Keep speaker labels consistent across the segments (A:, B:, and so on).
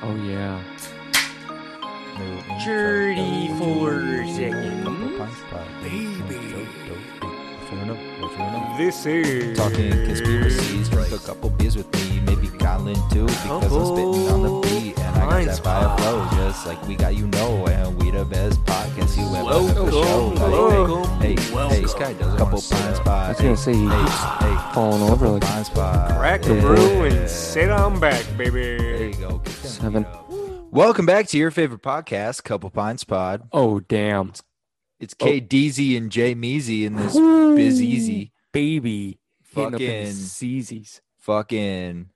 A: Oh yeah.
B: Dirty for seconds.
C: Baby.
B: This is
C: Talking conspiracies, drink a couple beers with me, maybe Colin too, because I'm spitting on
B: Oh,
C: the beat and I got that vibe flow, just like we got you know, and we the best podcast you ever had for sure.
B: welcome,
C: Like, hey, hey, hey, this guy does couple pine
A: I was
C: spots.
A: gonna say he
C: hey, hey,
A: falling over like
C: pine spot.
B: Crack a
C: Yeah.
B: brew and sit on back,
C: There
B: baby.
C: you go. Get them
A: Seven.
C: beat up. Welcome back to your favorite podcast, Couple Pines Pod.
A: oh damn
C: It's
A: Oh.
C: KDZ and Jay Meezy in this
A: Ooh.
C: Bizeezy.
A: baby hitting up in
C: Fucking-
A: C's.
C: Fucking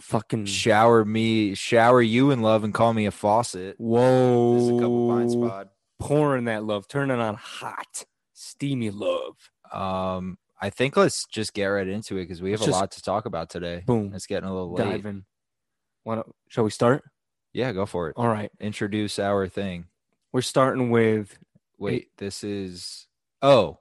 A: Fucking
C: shower me, shower you in love and call me a faucet.
A: whoa.
C: This is a Couple Pines Pod.
A: Pouring that love, turning on hot, steamy love.
C: Um, I think let's just get right into it because we have
A: Let's
C: a
A: just-
C: lot to talk about today.
A: Boom.
C: It's getting a little late.
A: Diving. Wanna shall we start?
C: Yeah, go for it.
A: All right.
C: Introduce our thing.
A: We're starting with
C: Wait, this is oh,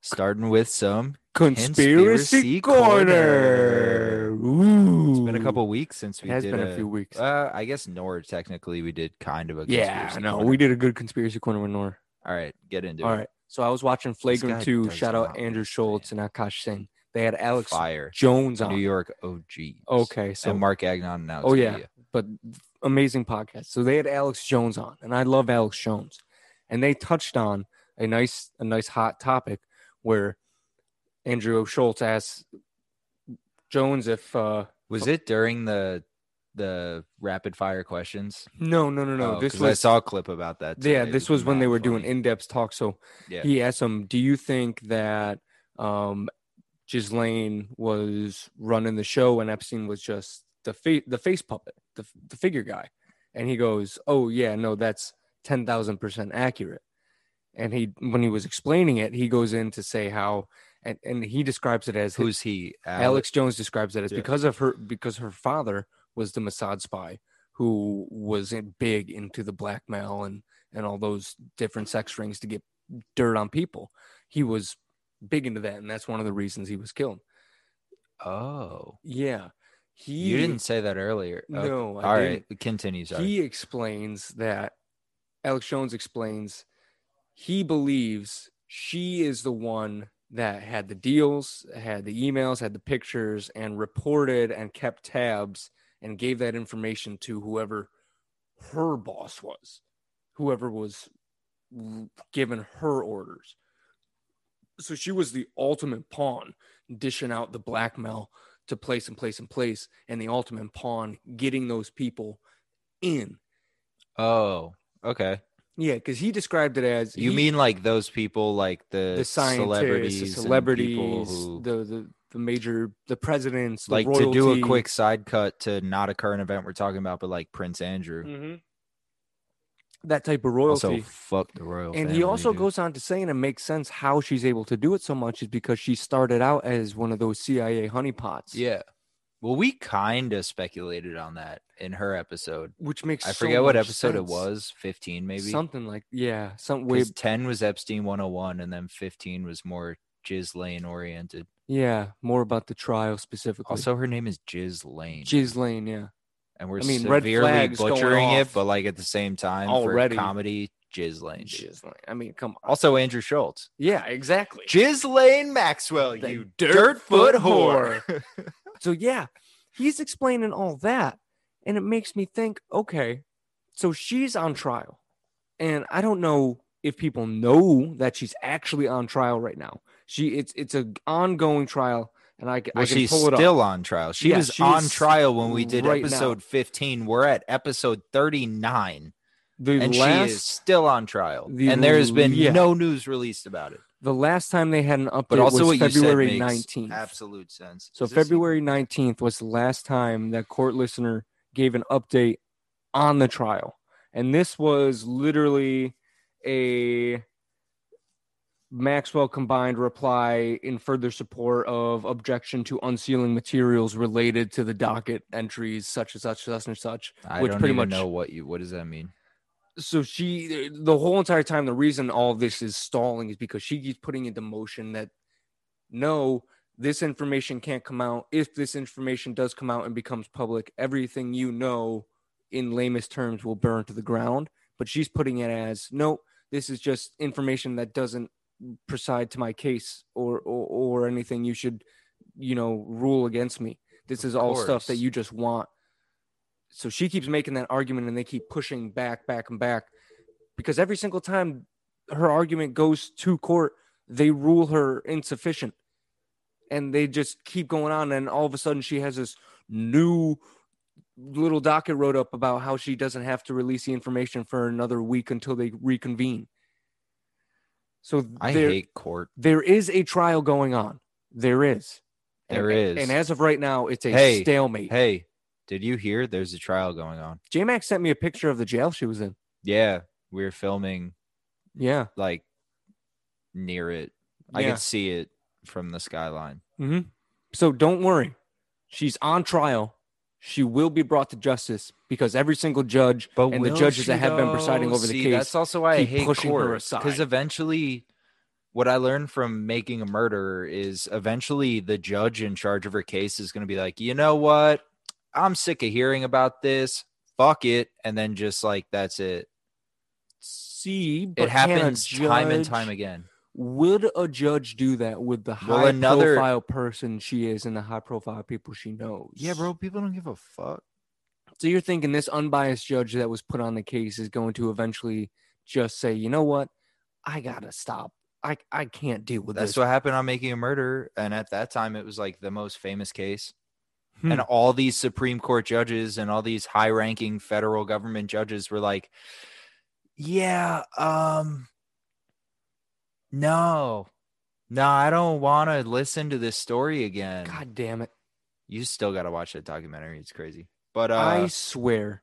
C: starting with some
A: Conspiracy,
C: Conspiracy
A: Corner.
C: Corner.
A: Ooh.
C: It's been a couple weeks since we
A: It has
C: did
A: been a few weeks.
C: Uh, I guess Nor technically we did kind of a
A: yeah,
C: conspiracy
A: no,
C: corner.
A: we did a good conspiracy corner with Nor.
C: All right, get into
A: All
C: it.
A: right. So I was watching Flagrant
C: guy
A: 2.
C: does
A: Shout
C: not
A: out Andrew Schultz and Akash Singh. They had Alex
C: Fire,
A: Jones
C: New
A: on.
C: York OG.
A: Okay, so
C: and Mark Agnon now.
A: Oh, yeah. but amazing podcast. So they had Alex Jones on, and I love Alex Jones, and they touched on a nice, a nice hot topic where Andrew Schultz asked Jones if uh,
C: was it during the the rapid fire questions?
A: no, no, no, no.
C: Oh,
A: this
C: 'cause I
A: was
C: saw a clip about that.
A: yeah,
C: today. It
A: this was when
C: mad
A: they were doing
C: funny.
A: in-depth talk. So
C: yeah.
A: he asked him, "Do you think that um, Ghislaine was running the show and Epstein was just the fa- the face puppet, the f- the figure guy?" And he goes, "Oh yeah, no, that's ten thousand percent accurate." And he, when he was explaining it, he goes in to say how, and, and he describes it as
C: Who's he? Alex.
A: Alex Jones describes it as
C: Yeah.
A: because of her because her father was the Mossad spy who was in big into the blackmail and and all those different sex rings to get dirt on people. He was big into that, and that's one of the reasons he was killed.
C: Oh,
A: Yeah, he
C: you didn't say that earlier. Okay.
A: No, I
C: All
A: didn't.
C: right, continue. Sorry.
A: He explains that Alex Jones explains he believes she is the one that had the deals, had the emails, had the pictures, and reported and kept tabs and gave that information to whoever her boss was, whoever was given her orders. So she was the ultimate pawn, dishing out the blackmail to place and place and place, and the ultimate pawn getting those people in.
C: oh, okay.
A: Yeah, because he described it as
C: You
A: he-
C: mean like those people, like the,
A: the scientists,
C: celebrities,
A: the
C: and people
A: celebrities,
C: who-
A: the, the the major, the presidents, the
C: like to do a
A: royalty.
C: quick side cut to not a current event we're talking about, but like Prince Andrew.
A: Mhm. that type of royalty.
C: Also, fuck the royal.
A: and he
C: family,
A: also
C: dude.
A: goes on to say, and it makes sense how she's able to do it so much is because she started out as one of those CIA honeypots.
C: Yeah. Well, we kind of speculated on that in her episode.
A: which makes
C: I
A: so
C: forget what
A: much
C: episode it
A: sense.
C: was. Fifteen, maybe.
A: something like yeah, some way
C: 'Cause ten was Epstein 101, and then fifteen was more Jiz Lane oriented.
A: yeah, more about the trial specifically.
C: Also, her name is Jiz Lane,
A: Ghislaine, yeah,
C: and we're
A: I mean, red
C: severely
A: flags going
C: butchering it,
A: off
C: but like at the same time,
A: already.
C: for comedy, Jiz Lane. dude.
A: Ghislaine. I mean, come on,
C: Also, Andrew Schultz,
A: yeah, exactly.
C: Jiz Lane Maxwell,
A: That
C: you
A: dirt foot
C: dirtfoot whore.
A: So yeah, he's explaining all that, and it makes me think, okay, so she's on trial, and I don't know if people know that she's actually on trial right now. She it's it's an ongoing trial, and I, c- I
C: Well,
A: can
C: she's
A: pull it up.
C: still on trial. She
A: Yeah,
C: was
A: she
C: on
A: is
C: trial when we did
A: right now.
C: episode 15. We're at episode 39,
A: the
C: and
A: last
C: she is still on trial.
A: the
C: and there's been
A: yeah.
C: no news released about it.
A: the last time they had an update
C: But also,
A: was
C: what
A: February
C: you said makes
A: nineteenth.
C: absolute sense.
A: So
C: Is this-
A: February 19th was the last time that court listener gave an update on the trial. And this was literally a Maxwell combined reply in further support of objection to unsealing materials related to the docket entries such and such such and such.
C: I
A: which
C: don't
A: pretty
C: even
A: much-
C: know what you. What does that mean?
A: So she the whole entire time the reason all this is stalling is because she keeps putting into motion that no this information can't come out. If this information does come out and becomes public, everything you know in lamest terms will burn to the ground. But she's putting it as no, this is just information that doesn't preside to my case or or, or anything you should, you know, rule against me. This is all stuff
C: course.
A: that you just want. So she keeps making that argument and they keep pushing back, back, and back. Because every single time her argument goes to court, they rule her insufficient and they just keep going on and all of a sudden she has this new little docket wrote up about how she doesn't have to release the information for another week until they reconvene so
C: I
A: there,
C: hate court.
A: there is a trial going on there is
C: There
A: There is, and,
C: is.
A: as of right now it's a
C: Hey,
A: stalemate
C: Hey, did you hear? There's a trial going on.
A: j-max sent me a picture of the jail she was in
C: Yeah, we were filming
A: yeah
C: like near it. I
A: yeah
C: can see it from the skyline.
A: hmm so don't worry she's on trial she will be brought to justice because every single judge
C: But
A: And the
C: will
A: judges that
C: she,
A: have been presiding
C: though?
A: over the
C: See,
A: case
C: That's also why I
A: keep
C: hate
A: pushing her
C: court because
A: aside.
C: eventually, what I learned from making a murderer is eventually the judge in charge of her case is going to be like, you know what, I'm sick of hearing about this. Fuck it, and then just like that's it.
A: see but
C: It
A: can a
C: happens time and
A: judge-
C: time again.
A: would a judge do that with the high
C: Well, another-
A: profile person she is and the high profile people she knows
C: Yeah, bro. People don't give a fuck.
A: so you're thinking this unbiased judge that was put on the case is going to eventually just say you know what i gotta stop i i can't deal with
C: That's
A: this
C: what happened on Making a Murderer, and at that time, it was like the most famous case.
A: Hmm.
C: and all these supreme court judges and all these high ranking federal government judges were like yeah um no no i don't want to listen to this story again
A: god damn it
C: you still got to watch that documentary it's crazy but uh
A: i swear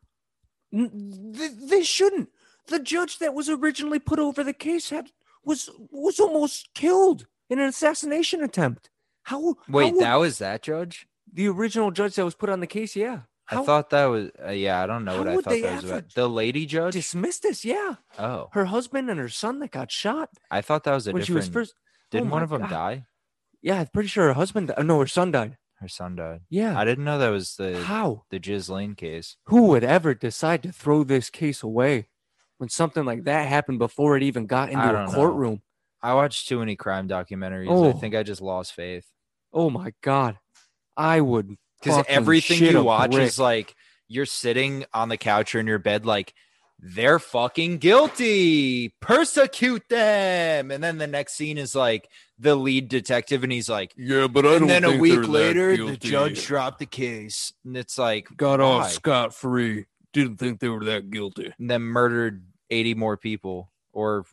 A: N- th- they shouldn't the judge that was originally put over the case had was was almost killed in an assassination attempt how
C: wait
A: how would
C: that was that judge
A: the original judge that was put on the case, yeah. How
C: i thought that was uh, yeah i don't know
A: how
C: what i
A: would
C: thought
A: they
C: that was
A: ever
C: about the lady judge
A: dismissed this, yeah.
C: oh
A: Her husband and her son that got shot
C: i thought that was a
A: when she
C: different
A: was first.
C: didn't
A: oh
C: one
A: my
C: of them
A: God.
C: die
A: Yeah, I'm pretty sure her husband. di- No, her son died.
C: her son died
A: Yeah.
C: i didn't know that was the
A: How?
C: the Ghislaine case
A: Who would ever decide to throw this case away when something like that happened before it even got
C: I
A: into
C: don't
A: a
C: know.
A: courtroom?
C: I watched too many crime documentaries.
A: Oh.
C: I think I just lost faith
A: Oh my god, I would.
C: because
A: fucking
C: everything
A: shit
C: you
A: a
C: watch
A: brick.
C: is like you're sitting on the couch or in your bed, like they're fucking guilty, persecute them, and then the next scene is like the lead detective, and he's like,
B: Yeah, but I
C: and then a week later the judge dropped the case, and it's like
B: got
C: off
B: scot free. Didn't think they were that guilty.
C: and then murdered eighty more people or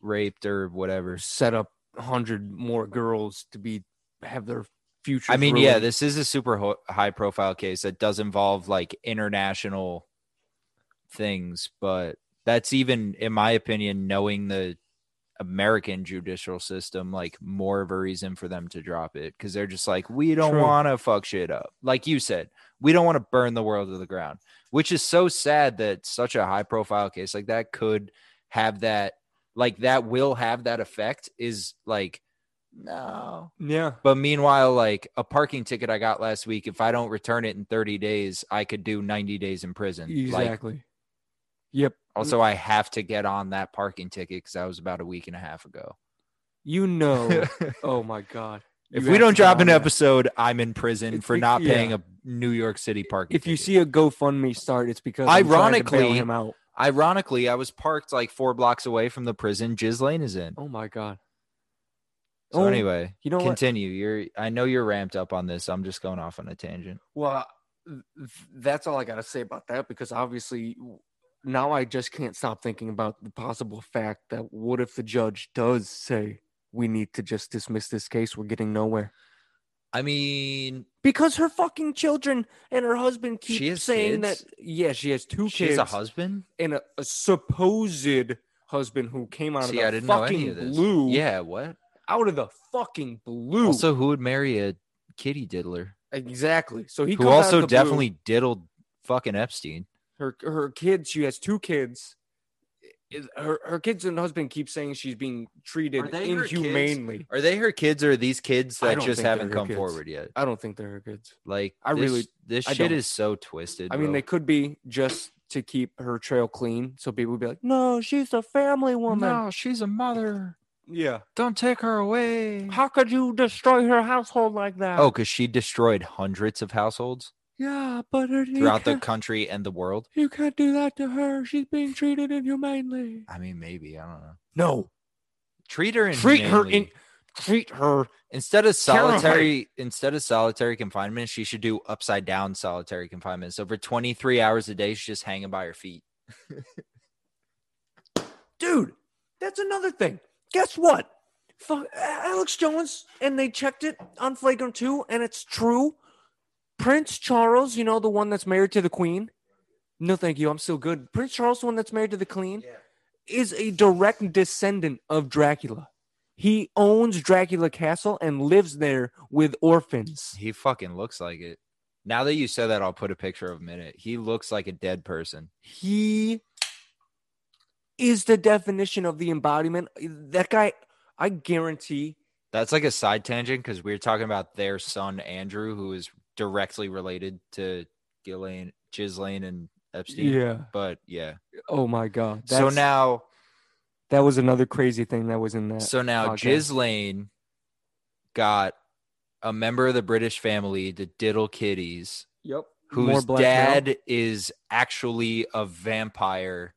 C: raped or whatever.
A: set up hundred more girls to be have their future.
C: I mean, yeah,
A: ruined.
C: this is a super ho- high profile case that does involve like international things, but that's even, in my opinion, knowing the American judicial system, like more of a reason for them to drop it because they're just like, we don't
A: True.
C: want to fuck shit up. Like you said, we don't want to burn the world to the ground, which is so sad that such a high profile case like that could have that, like, that will have that effect is like, no,
A: yeah.
C: but meanwhile, like a parking ticket I got last week, if I don't return it in 30 days, I could do 90 days in prison. Like
A: Exactly. yep.
C: also I have to get on that parking ticket because that was about a week and a half ago.
A: You know. oh my god.
C: if
A: You
C: we
A: have
C: don't
A: to get
C: drop
A: on
C: an
A: that.
C: episode, I'm in prison
A: It's
C: for
A: be-
C: not
A: yeah.
C: paying a New York City parking
A: if you
C: ticket.
A: see a GoFundMe start, it's because I'm trying to bail
C: Ironically-
A: him out.
C: ironically, I was parked like four blocks away from the prison Giz Lane is in.
A: Oh my god.
C: So
A: oh,
C: anyway,
A: you know what?
C: continue. You're I know you're ramped up on this. I'm just going off on a tangent.
A: Well, th- th- that's all I got to say about that because obviously w- now I just can't stop thinking about the possible fact that what if the judge does say we need to just dismiss this case? We're getting nowhere
C: I mean,
A: because her fucking children and her husband keep
C: She has
A: saying
C: kids?
A: that. Yeah, she has two
C: she
A: kids
C: has a husband.
A: and a, a supposed husband who came out of
C: See,
A: the
C: I didn't know any
A: fucking
C: of this.
A: blue.
C: Yeah, what?
A: out of the fucking blue.
C: Also, who would marry a kitty diddler?
A: exactly. So he
C: who
A: comes out of
C: also
A: the blue.
C: definitely diddled fucking Epstein.
A: her her kids. She has two kids. is- her her kids and husband keep saying she's being
C: Are
A: treated
C: they her kids?
A: inhumanely.
C: Are they her kids or are these kids
A: I
C: that
A: don't
C: just
A: think they're
C: haven't
A: her
C: come
A: kids.
C: forward yet?
A: I don't think they're her kids.
C: Like
A: I
C: this,
A: really-
C: this
A: I
C: shit
A: don't.
C: is so twisted.
A: I mean,
C: bro.
A: they could be just to keep her trail clean, so people would be like, "No, she's a family woman."
C: she's a mother.
A: Yeah.
C: Don't take her away.
A: How could you destroy her household like that?
C: Oh, because she destroyed hundreds of households
A: yeah, but her, you
C: throughout the
A: can't-
C: country and the world.
A: you can't do that to her. She's being treated inhumanely.
C: I mean, maybe I don't know.
A: No,
C: Treat her in
A: treat her in, treat her.
C: instead of
A: Terrifying.
C: solitary instead of solitary confinement. She should do upside down solitary confinement. So for twenty three hours a day, she's just hanging by her feet.
A: dude, that's another thing. Guess what? Fuck Alex Jones, and they checked it on flagrant two, and it's true. Prince Charles, you know the one that's married to the Queen. No, thank you. I'm still good. Prince Charles, the one that's married to the Queen, is a direct descendant of Dracula. He owns Dracula Castle and lives there with orphans.
C: He fucking looks like it. Now that you said that, I'll put a picture of him in it. He looks like a dead person.
A: he is the definition of the embodiment. That guy, I guarantee.
C: That's like a side tangent because we were talking about their son Andrew, who is directly related to Ghislaine, Ghislaine and Epstein. But yeah,
A: Oh my god.
C: so
A: That's-
C: now,
A: that was another crazy thing that was in that.
C: so now
A: podcast.
C: Ghislaine got a member of the British family to diddle kitties,
A: yep.
C: whose dad is actually a vampire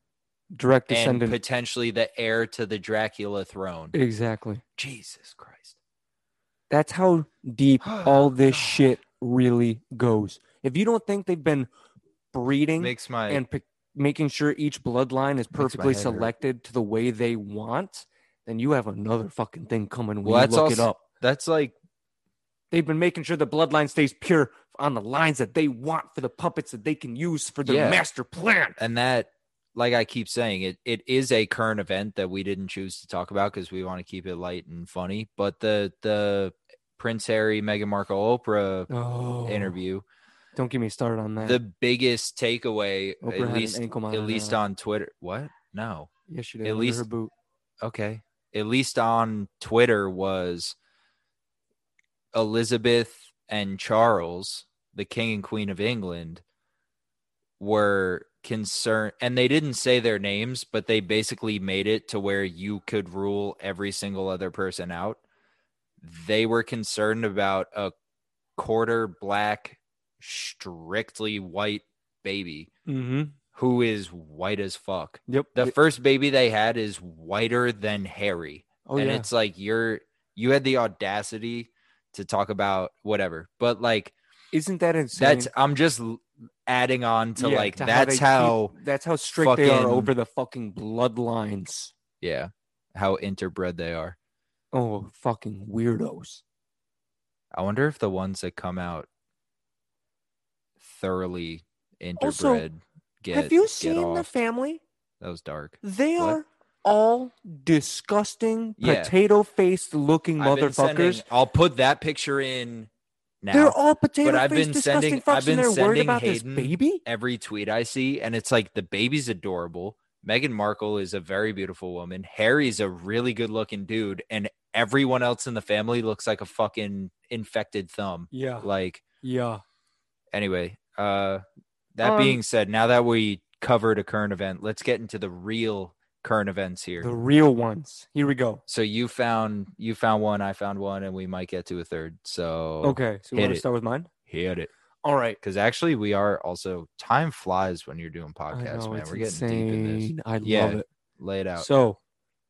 A: direct
C: and
A: descendant.
C: potentially the heir to the Dracula throne.
A: exactly.
C: Jesus Christ.
A: That's how deep all this
C: God.
A: shit really goes. If you don't think they've been breeding
C: Makes my
A: and pic- making sure each bloodline is
C: my
A: perfectly
C: head hurt.
A: selected to the way they want, then you have another fucking thing coming when
C: Well,
A: you
C: that's
A: look it
C: also-
A: up.
C: that's like
A: They've been making sure the bloodline stays pure on the lines that they want for the puppets that they can use for their
C: Yeah.
A: master plan.
C: and that like i keep saying it it is a current event that we didn't choose to talk about because we want to keep it light and funny but the the prince harry meghan markle oprah
A: Oh,
C: interview
A: Don't get me started on that.
C: the biggest takeaway
A: Oprah had
C: at
A: an
C: least
A: ankle
C: at
A: monitor
C: least
A: on.
C: on twitter what no
A: yeah, she did.
C: at
A: under
C: least-
A: her boot.
C: okay at least on twitter was elizabeth and charles the king and queen of england were concerned and they didn't say their names but they basically made it to where you could rule every single other person out they were concerned about a quarter black strictly white baby
A: Mm-hmm.
C: who is white as fuck
A: Yep.
C: the first baby they had is whiter than Harry.
A: oh
C: and
A: yeah.
C: it's like you're you had the audacity to talk about whatever. But like
A: Isn't that insane?
C: that's I'm just l- adding on to
A: Yeah,
C: like
A: to they
C: that's
A: keep-
C: how,
A: that's how strict they are
C: fucking-
A: over the fucking bloodlines.
C: yeah, how interbred they are.
A: Oh, fucking weirdos.
C: I wonder if the ones that come out thoroughly interbred
A: Also,
C: get
A: Have you
C: get
A: seen the
C: off.
A: family?
C: that was dark.
A: They
C: What?
A: are all disgusting,
C: Yeah.
A: potato-faced looking
C: I've been sending-
A: motherfuckers.
C: I'll put that picture in now.
A: They're all potato
C: I've
A: faced
C: been
A: disgusting
C: sending-
A: fucks,
C: I've been
A: and they're worried
C: sending
A: about
C: Hayden-
A: this baby.
C: every tweet I see, and it's like the baby's adorable. Meghan Markle is a very beautiful woman. Harry's a really good looking dude, and everyone else in the family looks like a fucking infected thumb.
A: Yeah,
C: Like,
A: yeah.
C: anyway, uh that
A: Um,
C: being said, now that we covered a current event, let's get into the real current events here.
A: The real ones. Here we go.
C: so you found you found one, I found one, and we might get to a third. So
A: Okay, so you
C: Oh, hit
A: want to
C: it.
A: start with mine?
C: hit it.
A: All right.
C: Because actually we are also time flies when you're doing
A: I
C: podcasts,
A: know,
C: man.
A: it's
C: We're getting deep in this.
A: insane. I
C: Yeah,
A: love it.
C: Lay it out.
A: So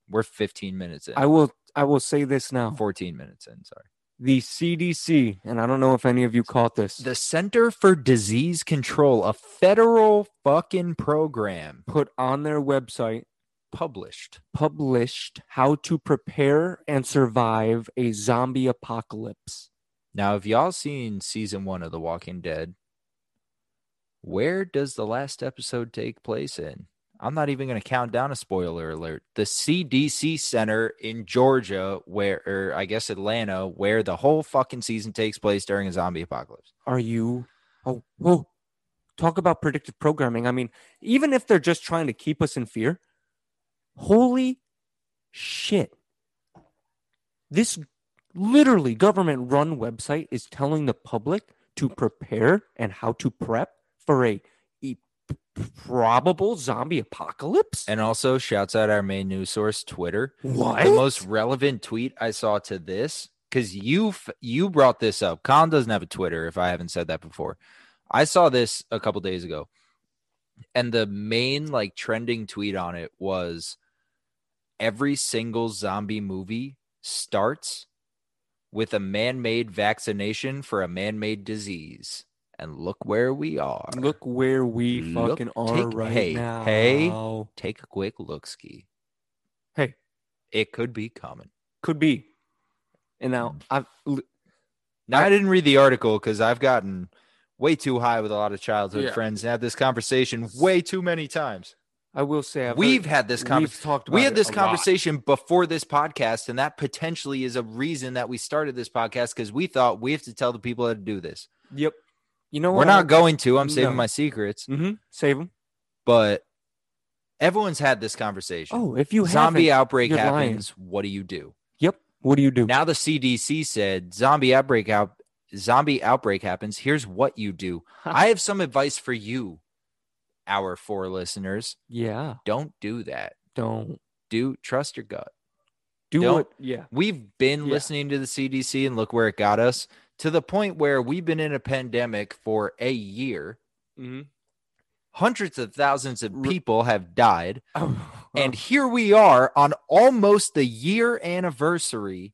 C: We're 15 minutes in.
A: I will. I will say this now.
C: 14 minutes in, sorry.
A: The CDC, and I don't know if any of you caught this,
C: The Center for Disease Control, a federal fucking program
A: put on their website
C: published.
A: published how to prepare and survive a zombie apocalypse.
C: Now, have y'all seen season one of The Walking Dead? Where does the last episode take place in? I'm not even going to count down a spoiler alert. The CDC Center in Georgia, where, or I guess Atlanta, where the whole fucking season takes place during a zombie apocalypse.
A: Are you? Oh, whoa. Talk about predictive programming. I mean, even if they're just trying to keep us in fear, Holy shit. This literally government run website is telling the public to prepare and how to prep for a, e- probable zombie apocalypse.
C: And also, shouts out our main news source, Twitter.
A: what?
C: The most relevant tweet I saw to this, because you f- you brought this up. Colin doesn't have a Twitter, if I haven't said that before. I saw this a couple days ago, and the main like trending tweet on it was every single zombie movie starts with a man-made vaccination for a man-made disease, and look where we are.
A: Look where we
C: Look,
A: fucking are
C: take-
A: right
C: hey,
A: now.
C: hey. take a quick look ski.
A: Hey.
C: It could be common.
A: Could be. And now
C: Mm.
A: I've l-
C: Now I, didn't read the article because I've gotten way too high with a lot of childhood
B: Yeah.
C: friends and had this conversation way too many times.
A: I will say I've
C: We've
A: heard-
C: had this conversation.
A: we've talked about
C: We had
A: it
C: this
A: a lot.
C: conversation before this podcast, and that potentially is a reason that we started this podcast because we thought we have to tell the people how to do this.
A: Yep. You know
C: We're not going to. I'm saving
A: No.
C: my secrets,
A: Mm-hmm. Save them.
C: but everyone's had this conversation.
A: Oh, if you
C: Zombie
A: haven't-
C: outbreak
A: you're lying.
C: happens. What do you do?
A: Yep. What do you do?
C: Now the CDC said zombie outbreak out zombie outbreak happens. Here's what you do. I have some advice for you, our four listeners.
A: yeah.
C: Don't do that.
A: Don't
C: Do trust your gut.
A: do
C: Don't-
A: what. Yeah.
C: We've been
A: Yeah.
C: listening to the CDC and look where it got us to the point where we've been in a pandemic for a year.
A: Mm-hmm.
C: Hundreds of thousands of
A: R-
C: people have died.
A: Oh,
C: And here we are on almost the year anniversary,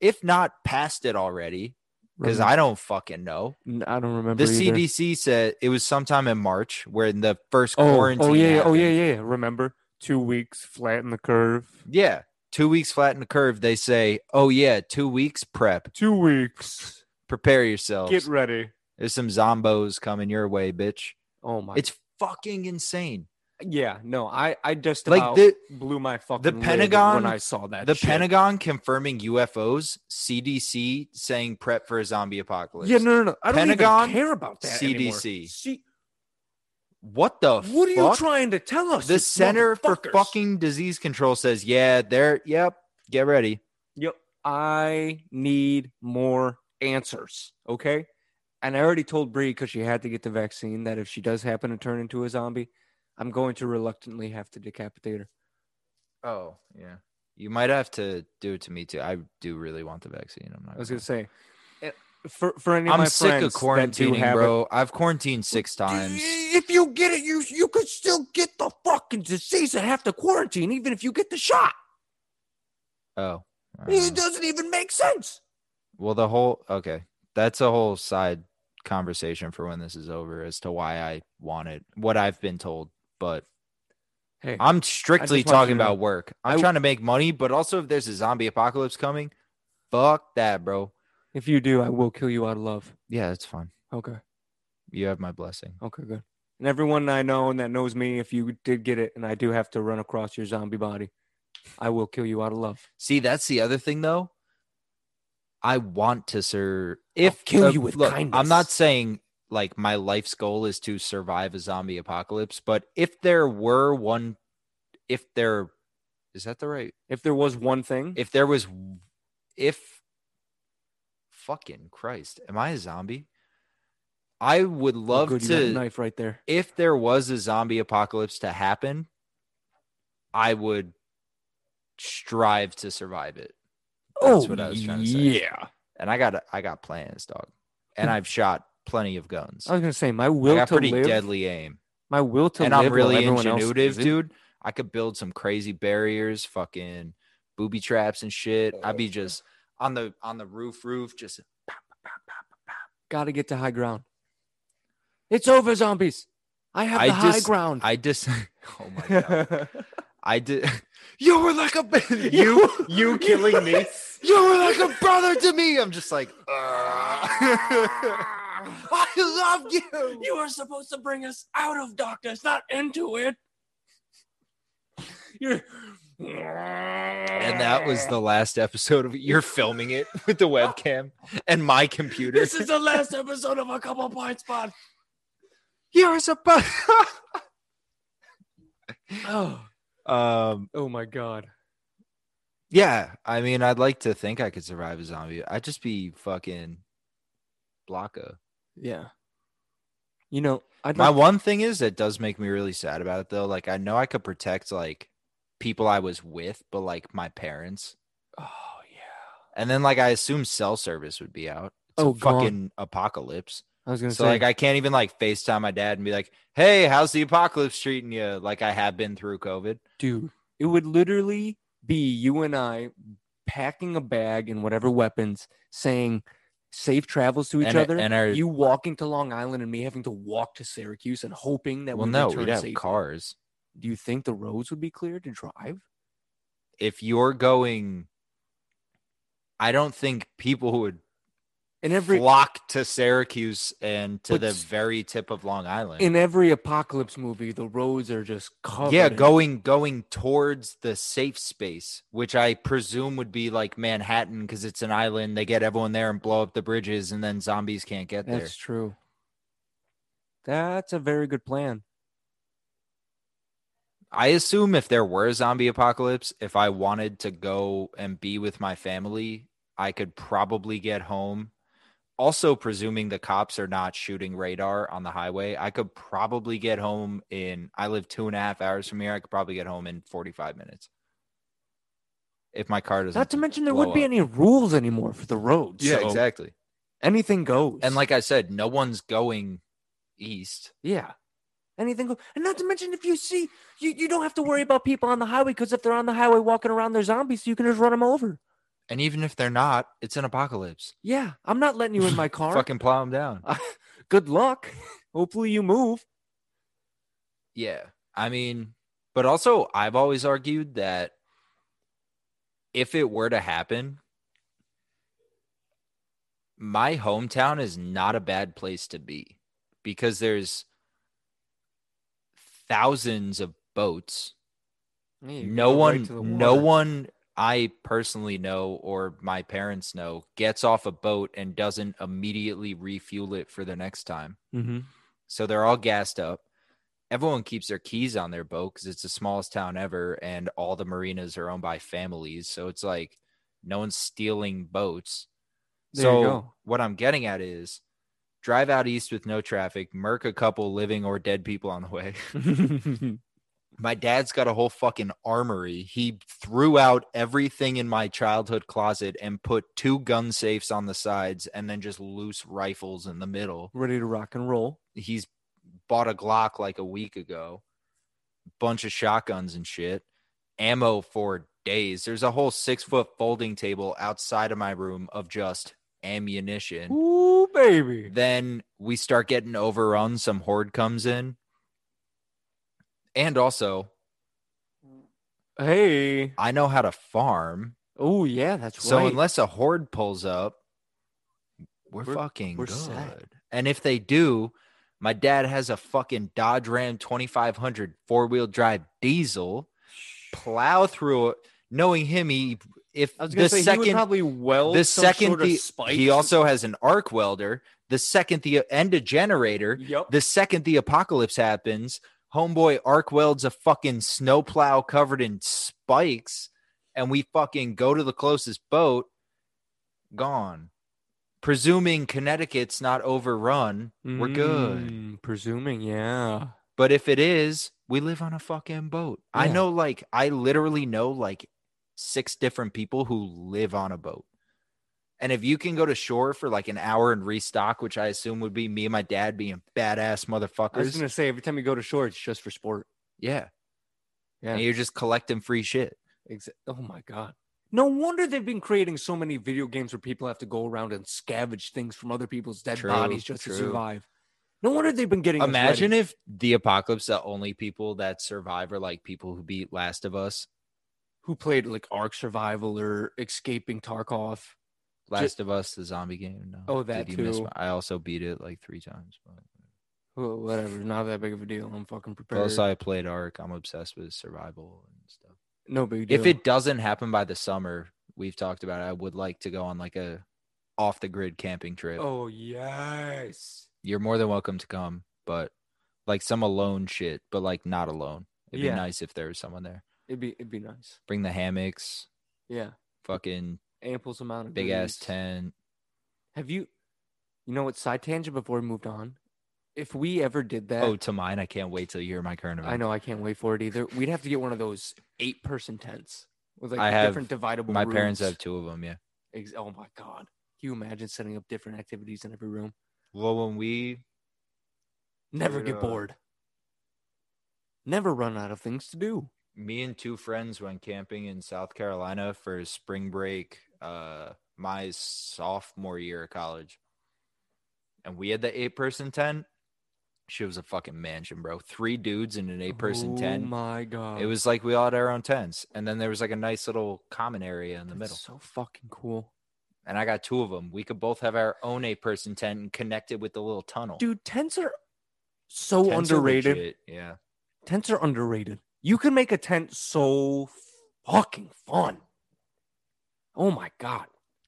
C: if not past it already, because I don't fucking know.
A: N- I don't remember
C: The
A: either.
C: CDC said it was sometime in March where the first
A: Oh,
C: quarantine.
A: oh yeah, yeah, oh yeah,
C: happened.
A: yeah. yeah. Remember, two weeks flatten the curve.
C: Yeah. Two weeks flatten the curve. They say, oh, yeah, two weeks prep.
A: Two weeks.
C: Prepare yourselves.
A: Get ready.
C: There's some zombos coming your way, bitch.
A: Oh my.
C: It's fucking insane.
A: yeah. No, I I just
C: Like
A: about
C: the,
A: blew my fucking lid
C: Pentagon-
A: when I saw that.
C: the
A: shit.
C: Pentagon confirming UFOs, CDC saying prep for a zombie apocalypse.
A: Yeah, no, no, no. I don't
C: Pentagon,
A: even care about that anymore.
C: CDC.
A: See,
C: What the
A: what are you
C: fuck?
A: trying to tell us? you
C: the Center for
A: motherfuckers?
C: Fucking Disease Control says, yeah, they're, yep, get ready.
A: Yep. I need more answers. Okay. And I already told Bree because she had to get the vaccine that if she does happen to turn into a zombie, I'm going to reluctantly have to decapitate her.
C: Oh, yeah. You might have to do it to me too. I do really want the vaccine. I'm not.
A: I was
C: gonna-
A: gonna say, eh, for for any of
C: I'm
A: my
C: sick
A: friends
C: of
A: that do
C: quarantining,
A: have it-
C: bro. I've quarantined six times.
A: If you get it, you you could still get the fucking disease and have to quarantine, even if you get the shot.
C: Oh, I don't
A: It
C: know.
A: doesn't even make sense.
C: well, the whole okay. That's a whole side conversation for when this is over as to why I want it. What I've been told, but
A: Hey,
C: I'm strictly
A: just want
C: talking
A: you to know-
C: about work. I'm
A: I-
C: trying to make money, but also if there's a zombie apocalypse coming, fuck that, bro.
A: if you do, I will kill you out of love.
C: Yeah, that's fine.
A: Okay.
C: You have my blessing.
A: Okay, good. And everyone I know and that knows me, if you did get it and I do have to run across your zombie body, I will kill you out of love.
C: See, that's the other thing though. I want to serve. If uh,
A: kill you with kindness.
C: I'm not saying like my life's goal is to survive a zombie apocalypse, but if there were one, if there is that the right?
A: If there was one thing,
C: If there was, if fucking Christ, am I a zombie? I would
A: Oh,
C: love
A: good, you got a
C: to
A: knife right there.
C: if there was a zombie apocalypse to happen, I would strive to survive it. That's what I was trying to say.
A: Oh, Yeah.
C: And I got I got plans, dog. And I've shot plenty of guns.
A: I was gonna say my
C: I
A: Hmm. Oh, will
C: got
A: to
C: pretty
A: live.
C: deadly aim.
A: My will to
C: And
A: live.
C: I'm really
A: while everyone else
C: ingenuitive,
A: isn't.
C: dude. I could build some crazy barriers, fucking booby traps and shit. I'd be just on the on the roof roof just
A: Gotta get to high ground. It's over, zombies. I have
C: I
A: the high
C: just-
A: ground.
C: I just oh my god. I did you were like a you you killing me. You were like a brother to me. I'm just like, I love you.
A: You are supposed to bring us out of darkness, not into it. You're.
C: And
A: And
C: that was the last episode of You're filming it with the webcam and my computer.
A: This is the last episode of a couple blind spot.
C: You're supposed.
A: Oh,
C: Um,
A: Oh my god.
C: yeah, I mean, I'd like to think I could survive a zombie. I'd just be fucking blocka.
A: Yeah. You know, I'd
C: My
A: like,
C: one thing is that does make me really sad about it though. Like I know I could protect like people I was with, but like my parents.
A: Oh yeah.
C: And then like I assume cell service would be out. It's
A: Oh,
C: a
A: gone.
C: fucking apocalypse.
A: I was gonna
C: So
A: say
C: like I can't even like FaceTime my dad and be like, "Hey, how's the apocalypse treating you?" Like I have been through COVID.
A: dude, it would literally be you and I packing a bag and whatever weapons, saying safe travels to each
C: And-
A: other.
C: and our-
A: you walking to Long Island and me having to walk to Syracuse and hoping that
C: well,
A: we
C: no,
A: return
C: we'd have
A: safely.
C: cars.
A: Do you think the roads would be clear to drive?
C: If you're going, I don't think people would
A: In every
C: flock to Syracuse and to
A: But
C: the
A: s-
C: very tip of Long Island.
A: in every apocalypse movie, the roads are just covered.
C: yeah,
A: in-
C: going going towards the safe space, which I presume would be like Manhattan because it's an island. They get everyone there and blow up the bridges, and then zombies can't get there.
A: That's true. That's a very good plan.
C: I assume if there were a zombie apocalypse, if I wanted to go and be with my family, I could probably get home. Also, presuming the cops are not shooting radar on the highway, I could probably get home in. I live two and a half hours from here. I could probably get home in 45 minutes. If my car doesn't.
A: Not to mention there wouldn't
C: blow
A: be
C: up.
A: any rules anymore for the roads.
C: Yeah,
A: so
C: exactly.
A: Anything goes.
C: And like I said, no one's going east.
A: Yeah. Anything go- and not to mention if you see you, you don't have to worry about people on the highway because if they're on the highway walking around they're zombies, so you can just run them over.
C: And even if they're not, it's an apocalypse.
A: Yeah. I'm not letting you in my car.
C: Fucking plow them down.
A: good luck. Hopefully you move.
C: Yeah. I mean, but also I've always argued that if it were to happen, my hometown is not a bad place to be because there's thousands of boats. No one no one I personally know or my parents know gets off a boat and doesn't immediately refuel it for the next time.
A: Mm-hmm.
C: So they're all gassed up. Everyone keeps their keys on their boat because it's the smallest town ever, and all the marinas are owned by families. So it's like no one's stealing boats.
A: There
C: so
A: you go.
C: what I'm getting at is drive out east with no traffic, murk a couple living or dead people on the way.
A: Mm-hmm.
C: my dad's got a whole fucking armory. He threw out everything in my childhood closet and put two gun safes on the sides and then just loose rifles in the middle
A: Ready to rock and roll.
C: he's bought a Glock like a week ago, bunch of shotguns and shit, ammo for days. There's a whole six foot folding table outside of my room of just ammunition.
A: Ooh, baby.
C: Then we start getting overrun. Some horde comes in. And also,
A: Hey.
C: I know how to farm.
A: Oh yeah, that's
C: So
A: right.
C: unless a horde pulls up, we're,
A: We're-
C: fucking
A: we're
C: good.
A: set.
C: And if they do, my dad has a fucking Dodge Ram 2500 four wheel drive diesel. Plow through it. Knowing him, he if
A: I was
C: the
A: gonna say he would
C: second
A: probably weld
C: the
A: some
C: second
A: sort of
C: the-
A: spike.
C: he also has an arc welder. The second the and a generator.
A: yep.
C: The second the apocalypse happens, homeboy arc welds a fucking snowplow covered in spikes, and we fucking go to the closest boat. Gone. Presuming Connecticut's not overrun, we're good.
A: Mm, Presuming, yeah.
C: But if it is, we live on a fucking boat. I
A: Yeah.
C: know, like, I literally know like six different people who live on a boat. And if you can go to shore for like an hour and restock, which I assume would be me and my dad being badass
A: I was
C: motherfuckers,
A: gonna say every time you go to shore, it's just for sport.
C: yeah,
A: Yeah.
C: and you're just collecting free shit.
A: Exa- oh my god. No wonder they've been creating so many video games where people have to go around and scavenge things from other people's dead
C: True,
A: bodies just to
C: true.
A: survive. No wonder they've been getting.
C: Imagine
A: it.
C: if the apocalypse, the only people that survive are like people who beat Last of Us,
A: Who played like Ark Survival or Escaping Tarkov?
C: Last of Us, the zombie game. No.
A: Oh, that
C: Did you miss
A: too.
C: my- I also beat it like three times. But
A: Wh- Whatever, not that big of a deal. I'm fucking prepared.
C: plus, I played Ark. I'm obsessed with survival and stuff.
A: no big deal.
C: If it doesn't happen by the summer, we've talked about. It, I would like to go on like a off the grid camping trip.
A: oh yes,
C: You're more than welcome to come, but like some alone shit, but like not alone. It'd
A: Yeah.
C: be nice if there was someone there.
A: It'd be it'd be nice.
C: Bring the hammocks,
A: Yeah,
C: fucking
A: ample amount of
C: big ass
A: goodies.
C: tent.
A: Have you, you know what? Side tangent before we moved on. If we ever did that,
C: Oh, to mine, I can't wait till you hear my current event.
A: I know I can't wait for it either. We'd have to get one of those eight person tents with like
C: I have-
A: different dividable.
C: My parents
A: rooms.
C: have two of them. Yeah.
A: Ex- oh my god! Can you imagine setting up different activities in every room?
C: Well, when we
A: Never
C: Dude,
A: get
C: uh,
A: bored. Never run out of things to do.
C: me and two friends went camping in South Carolina for spring break, uh, my sophomore year of college. And we had the eight person tent. She was a fucking mansion, bro. Three dudes in an eight person
A: oh
C: tent.
A: my god!
C: It was like we all had our own tents. And then there was like a nice little common area in the
A: That's
C: middle.
A: So fucking cool,
C: And I got two of them. We could both have our own eight person tent and connect it with the little tunnel.
A: dude. Tents are so
C: Oh. Tents are
A: underrated.
C: legit, Yeah.
A: Tents are underrated. You can make a tent so fucking fun. Oh my god.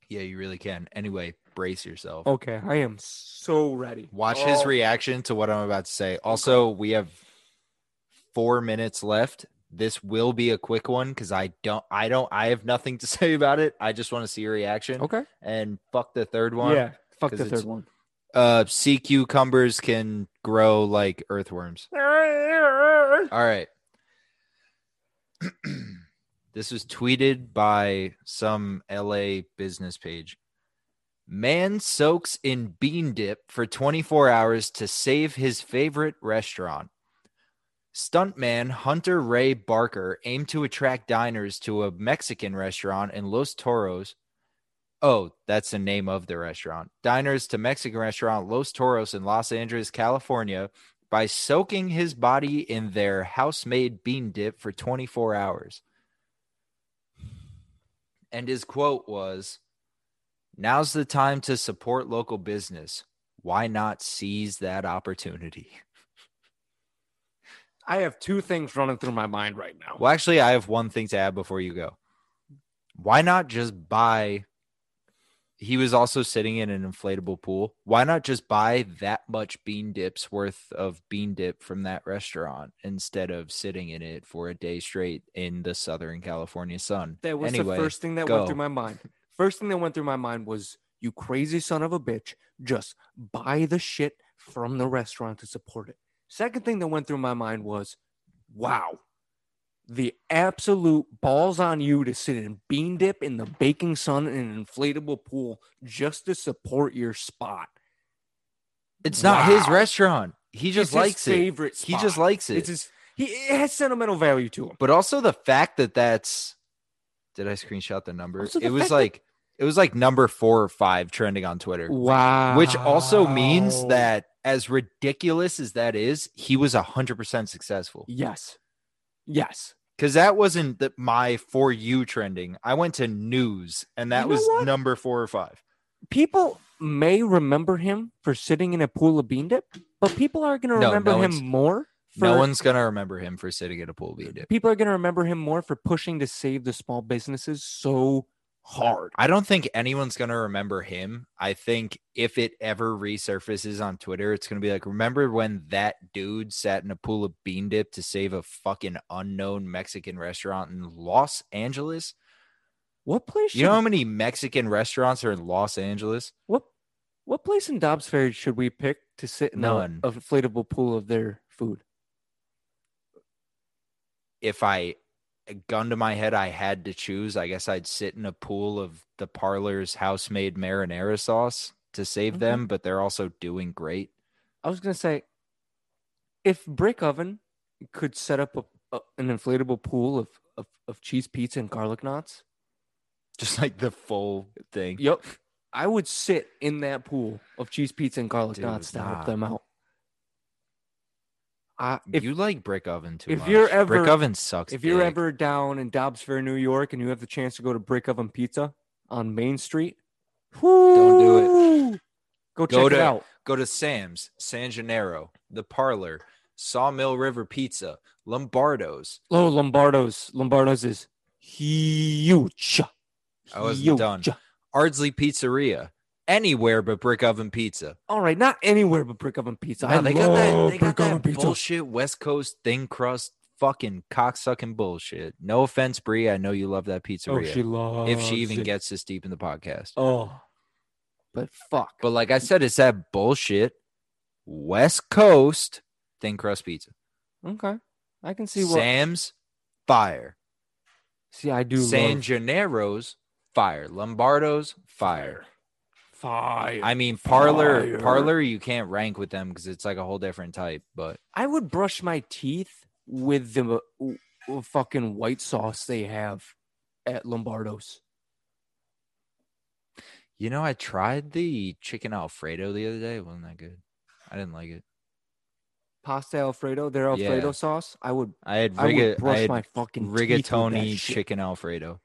C: Yeah, you really can. Anyway, brace yourself.
A: Okay, I am so ready.
C: Watch his
A: Oh.
C: reaction to what I'm about to say. Also, we have four minutes left. This will be a quick one because I don't, I don't, I have nothing to say about it. I just want to see your reaction
A: Okay.
C: and fuck the third one.
A: Oh. Yeah. Fuck
C: 'Cause
A: the
C: it's-
A: third one.
C: Uh, sea cucumbers can grow like earthworms. All right. this was tweeted by some LA business page. Man soaks in bean dip for 24 hours to save his favorite restaurant. Stuntman Hunter Ray Barker aimed to attract diners to a Mexican restaurant in Los Toros. Oh, that's the name of the restaurant. Diners to Mexican restaurant Los Toros in Los Angeles, California, by soaking his body in their house made bean dip for 24 hours. And his quote was Now's the time to support local business. Why not seize that opportunity?
A: I have two things running through my mind right now.
C: Well, actually, I have one thing to add before you go. Why not just buy? He was also sitting in an inflatable pool. Why not just buy that much bean dips worth of bean dip from that restaurant instead of sitting in it for a day straight in the Southern California sun?
A: That was
C: anyway,
A: the first thing that
C: go.
A: went through my mind. First thing that went through my mind was you crazy son of a bitch, just buy the shit from the restaurant to support it. Second thing that went through my mind was wow. The absolute balls on you to sit in bean dip in the baking sun in an inflatable pool just to support your spot.
C: It's not his
A: Wow.
C: restaurant. He just
A: It's
C: likes
A: his
C: it.
A: favorite.
C: He just
A: spot.
C: likes it.
A: It's his. He it has sentimental value to him.
C: but also the fact that that's did I screenshot the number?
A: Also the
C: it was
A: fact that-
C: like it was like number 4 or 5 trending on Twitter.
A: Wow.
C: which also means that as ridiculous as that is he was 100% successful
A: yes, yes.
C: because that wasn't the, my for you trending i went to news and that
A: You know
C: was
A: what?
C: number four or five
A: people may remember him for sitting in a pool of bean dip, but people are going to
C: No,
A: remember
C: no one's-
A: him more. For,
C: no one's gonna remember him for sitting at a pool bean dip
A: People are going to remember him more for pushing to save the small businesses so hard.
C: i don't think anyone's gonna remember him i think if it ever resurfaces on twitter it's gonna be like remember when that dude sat in a pool of bean dip to save a fucking unknown mexican restaurant in los angeles
A: What place? Should,
C: you know how many mexican restaurants are in los angeles
A: what? What place in Dobbs Ferry should we pick to sit in
C: None.
A: an inflatable pool of their food?
C: if I a gun to my head I had to choose, I guess I'd sit in a pool of the parlor's house made marinara sauce to save
A: Okay.
C: them, but they're also doing great.
A: I was going to say, if Brick Oven could set up a, a- an inflatable pool of, of of cheese pizza and garlic knots,
C: Just like the full thing.
A: Yep. I would sit in that pool of cheese pizza and garlic
C: Dude,
A: knots to
C: nah.
A: help them out. I, if
C: you like brick oven too
A: if
C: much.
A: you're
C: brick
A: ever-
C: oven sucks.
A: if you're
C: dick.
A: ever down in Dobbs Fair, New York, and you have the chance to go to Brick Oven Pizza on Main Street,
C: do
A: whoo, Go check
C: Go
A: it
C: to-
A: out.
C: go to Sam's, San Gennaro, the parlor, Sawmill River Pizza, Lombardo's.
A: Oh, Lombardo's. Lombardo's is huge.
C: I wasn't done.
A: Huge.
C: Ardsley Pizzeria, anywhere but brick oven pizza.
A: All right, not anywhere but Brick Oven Pizza.
C: Wow,
A: I
C: they got that,
A: love
C: they got
A: Brick Oven
C: that
A: Pizza.
C: bullshit West Coast thin crust fucking cocksucking bullshit. No offense, Brie. I know you love that pizzeria.
A: Oh, loves
C: if she even gets this deep in the podcast.
A: Oh,
C: But fuck. But like I said, it's that bullshit. West Coast thin crust pizza.
A: okay. I can see what.
C: Sam's fire.
A: see, I do
C: San
A: love
C: Gennaro's fire. Lombardo's fire.
A: fire.
C: I mean, parlor,
A: Fire.
C: parlor, you can't rank with them because it's like a whole different type. But
A: I would brush my teeth with the m- w- w- fucking white sauce they have at Lombardo's.
C: you know, I tried the chicken Alfredo the other day. It wasn't that good. I didn't like it.
A: Pasta Alfredo, their Alfredo
C: Yeah.
A: sauce. I would,
C: I had,
A: I
C: riga-
A: would brush
C: I had
A: my fucking
C: rigatoni
A: teeth with that shit.
C: chicken Alfredo,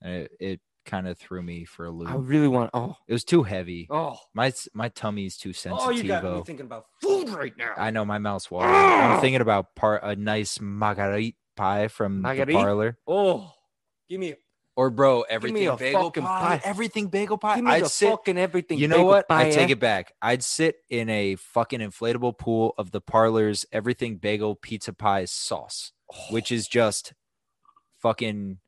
C: and it, it kind of threw me for a loop.
A: I really want. Oh,
C: it was too heavy.
A: oh,
C: My s- my tummy's too
A: oh! You got me
C: sensitive.
A: thinking about food right now.
C: I know my mouth's watering. I'm
A: Ah!
C: thinking about par- a nice margarita pie from
A: Marguerite?
C: the parlor.
A: oh, give me,
C: Or bro, everything
A: a
C: bagel
A: fucking
C: pie,
A: pie.
C: everything bagel pie.
A: give me
C: I'd
A: the
C: sit
A: fucking everything.
C: You know
A: bagel
C: what? I
A: pie,
C: take
A: eh?
C: it back. I'd sit in a fucking inflatable pool of the parlor's everything bagel pizza pie sauce, which is just fucking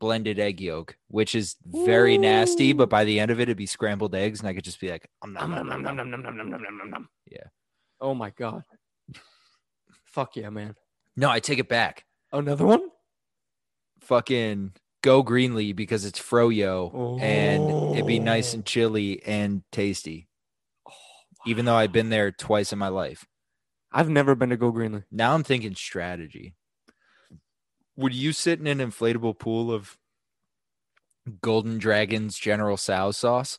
C: blended egg yolk, which is very nasty. But by the end of it, it'd be scrambled eggs, and I could just be like, "Om nom,
A: Nom, nom,
C: nom,
A: nom,
C: nom,
A: nom,
C: nom."
A: nom, nom, nom, nom, nom, nom, nom.
C: Yeah.
A: Oh my god. Fuck yeah, man.
C: No, I take it back.
A: Another one.
C: Fucking go Greenlee because it's froyo, and it'd be
A: Oh.
C: nice and chilly and tasty. Even though I've been there twice in my life.
A: I've never been to Go Greenland.
C: Now I'm thinking strategy. Would you sit in an inflatable pool of Golden Dragon's General Sow sauce?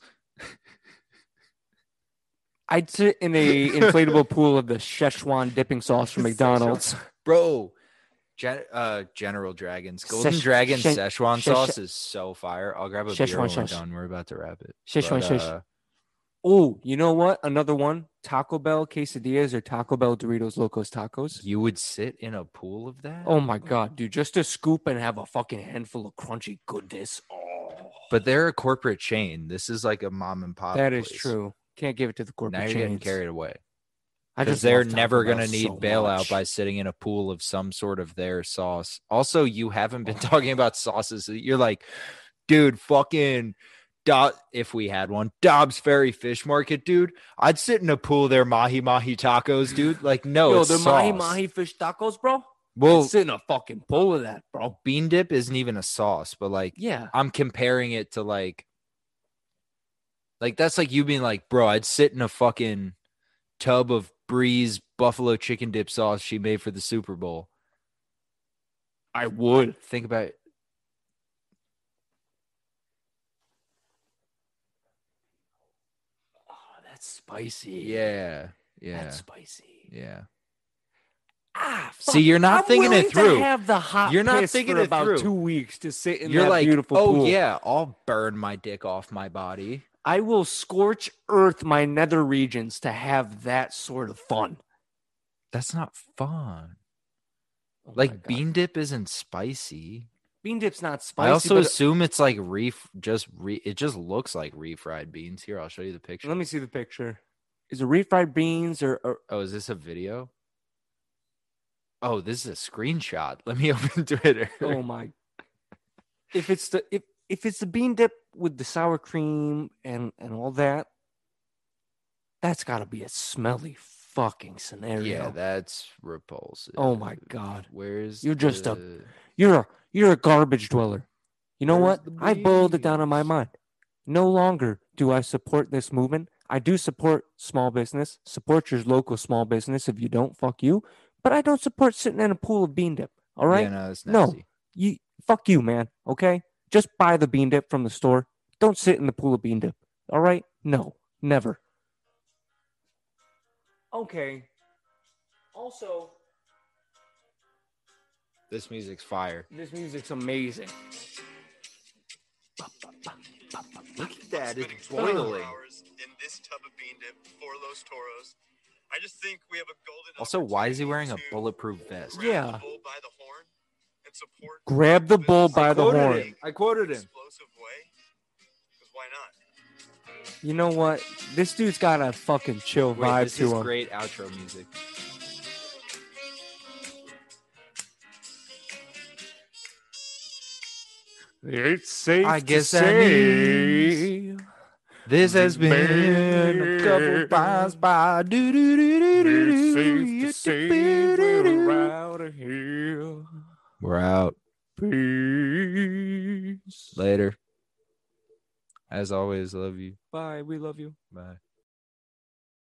A: I'd sit in a inflatable pool of the Szechuan dipping sauce from McDonald's.
C: Bro, Gen- uh, General Dragon's Golden
A: Szechuan-
C: Dragon
A: Szechuan-
C: Szechuan
A: Szech-
C: sauce is so fire. I'll grab a beer
A: Szechuan
C: when
A: sauce.
C: we're done. We're about to wrap it.
A: Szechuan
C: But,
A: sauce.
C: uh,
A: Oh, you know what? Another one: Taco Bell quesadillas or Taco Bell Doritos Locos Tacos.
C: you would sit in a pool of that?
A: Oh my god, dude! Just a scoop and have a fucking handful of crunchy goodness. Oh,
C: But they're a corporate chain. This is like a mom and pop.
A: that is
C: place.
A: true. Can't give it to the
C: Now
A: corporate
C: you're getting
A: chains.
C: carried away.
A: I
C: because
A: just
C: they're
A: love Taco
C: never
A: Bell
C: going to need
A: so
C: bailout
A: much.
C: by sitting in a pool of some sort of their sauce. Also, you haven't been talking about sauces. You're like, dude, fucking. Dob- if we had one, Dobbs Ferry Fish Market, dude, I'd sit in a pool of their mahi mahi tacos, dude. Like, no,
A: Yo,
C: it's
A: the
C: sauce.
A: mahi
C: Oh.
A: mahi fish tacos, bro.
C: Well,
A: Sit in a fucking bowl of that, bro.
C: bean dip isn't even a sauce, but like,
A: Yeah.
C: I'm comparing it to like, like that's like you being like, bro, I'd sit in a fucking tub of Breeze buffalo chicken dip sauce she made for the Super Bowl.
A: I would.
C: Think about it.
A: Oh, that's spicy.
C: yeah, yeah,
A: That's spicy.
C: yeah.
A: Ah,
C: See, you're not
A: I'm
C: thinking
A: willing
C: it through.
A: To have the hot
C: You're not
A: piss
C: thinking
A: for
C: it
A: about
C: through.
A: two weeks to sit in
C: You're
A: that
C: like,
A: beautiful
C: oh
A: pool.
C: yeah, I'll burn my dick off my body.
A: I will scorch earth my nether regions to have that sort of fun.
C: That's not fun.
A: Oh my
C: Like
A: God.
C: bean dip isn't spicy.
A: bean dip's not
C: I
A: spicy.
C: also
A: but- uh,
C: assume it's like ref, just re, it just looks like refried beans. Here, I'll show you the picture.
A: let me see the picture. Is it refried beans or, or
C: Oh, is this a video? Oh, this is a screenshot. Let me open Twitter.
A: Oh my! If it's the if if it's the bean dip with the sour cream and and all that, that's got to be a smelly fucking scenario.
C: yeah, that's repulsive.
A: Oh my God.
C: Where's
A: You're just a-
C: the-
A: you're a you're a garbage dweller. You know
C: Where's
A: what?
C: the
A: I boiled it down in my
C: beans?
A: mind. No longer do I support this movement. I do support small business. Support your local small business. If you don't, fuck you. But I don't support sitting in a pool of bean dip. All right.
C: Yeah, no, that's
A: No.
C: nasty.
A: you fuck you, man. Okay, just buy the bean dip from the store. Don't sit in the pool of bean dip. All right? No, never. Okay. Also,
C: This music's fire.
A: this music's amazing.
C: Look at that.
D: spending
C: It's
D: 24
C: boiling.
D: hours in this tub of bean dip for Los Toros. I just think we have a golden.
C: Also, why is he
D: opportunity
C: wearing a
D: to
C: bulletproof vest?
D: grab the
A: Yeah.
D: bull by the horn and support
A: Grab the bull
D: business
A: by
D: in
A: the
D: an
A: horn.
C: I quoted
D: Explosive way. 'Cause why not?
A: You know what? This dude's got a fucking chill
C: Wait,
A: vibe
C: this is
A: to him.
C: great outro music.
A: It's safe.
C: I
A: to
C: guess that
A: say.
C: This has been a
A: Been
C: couple times by do do do do
A: It's safe
C: do do
A: to say we're out of here.
C: We're out
A: Peace.
C: later. As always, love you.
A: Bye. We love you.
C: Bye.